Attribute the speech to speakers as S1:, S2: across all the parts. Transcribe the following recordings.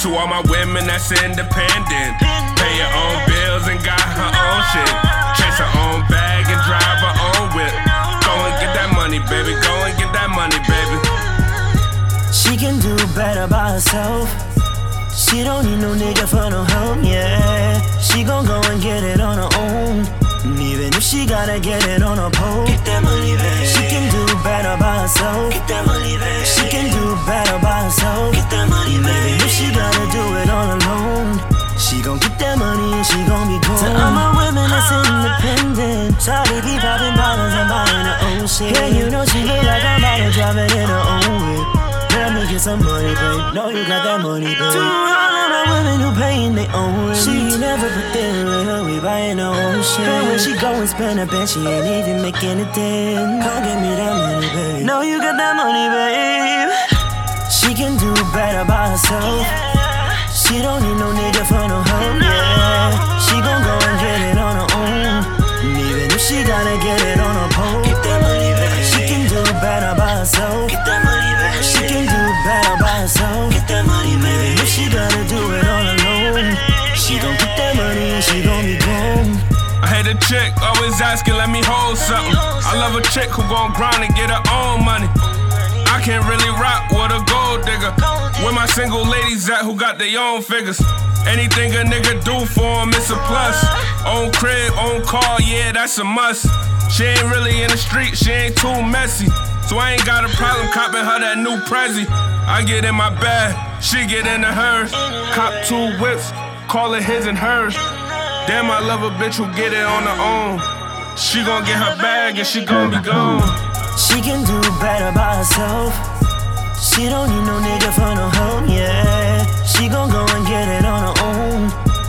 S1: To all my women that's independent, pay her own bills and got her own shit. Chase her own bag and drive her own whip. Go and get that money, baby. Go and get that money, baby.
S2: She can do better by herself. She don't need no nigga for no help, yeah. She gon' go and get it on her own. And Even if she gotta get it on her pole. Get that money, babe. She can do better by herself. Get that money, babe. She can do better by herself. Get that money, babe. Even if she gotta do it all alone. She gon' get that money and she gon' be gone. To all my women that's independent. Shawty be popping bottles and buying her own shit. Yeah, you know she look like I'm about to drive it in her own whip. Let me get some money, babe. No, you got that money, babe. To all of my women who paying they own rent. She ain't never put thin little, we buying her own shit. And when she go and spend a bet, she ain't even making a dent. Come give me that money, babe. No, you got that money, babe. She can do better by herself. She don't need no nigga for no help, yeah. She gon' go and get it on her own. And even if she gotta get it on her pole. Get that money, babe. She can do better by herself. Get that money, babe. She can do better by herself. Get that money, babe. If she gotta do it all alone, she gon' get that money and she gon' be gone.
S1: I hate a chick, always asking, let me hold something. I love a chick who gon' grind and get her own money. I can't really rock with a gold digger. Where my single ladies at who got their own figures? Anything a nigga do for him, it's a plus. Own crib, own car, yeah, that's a must. She ain't really in the street, she ain't too messy. So I ain't got a problem copping her that new Prezi. I get in my bag, she get into hers. Cop two whips, call it his and hers. Damn, I love a bitch who get it on her own. She gon' get her bag and she gon' be gone.
S2: She can do better by herself. She don't need no nigga for no help, yeah. She gon' go and get it on her own.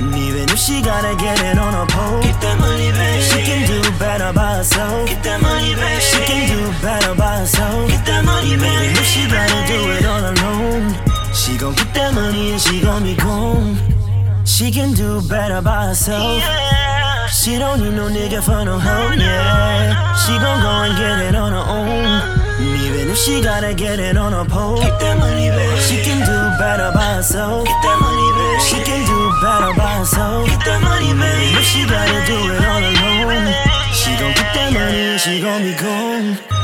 S2: And even if she gotta get it on her pole. Get that money, babe. She can do better by herself. Get that money, babe. She can do better by herself. Get that money, babe. Even if she gotta do it all alone. She gon' get that money and she gon' be gone. She can do better by herself. She don't need no nigga for no help, yeah. She gon' go and get it on her own. And even if she gotta get it on her pole, get that money, babe. She can do better by herself. Get that money, babe. She can do better by herself. Get that money, babe. If she gotta do it all alone, she gon' get that money and she gon' be gone.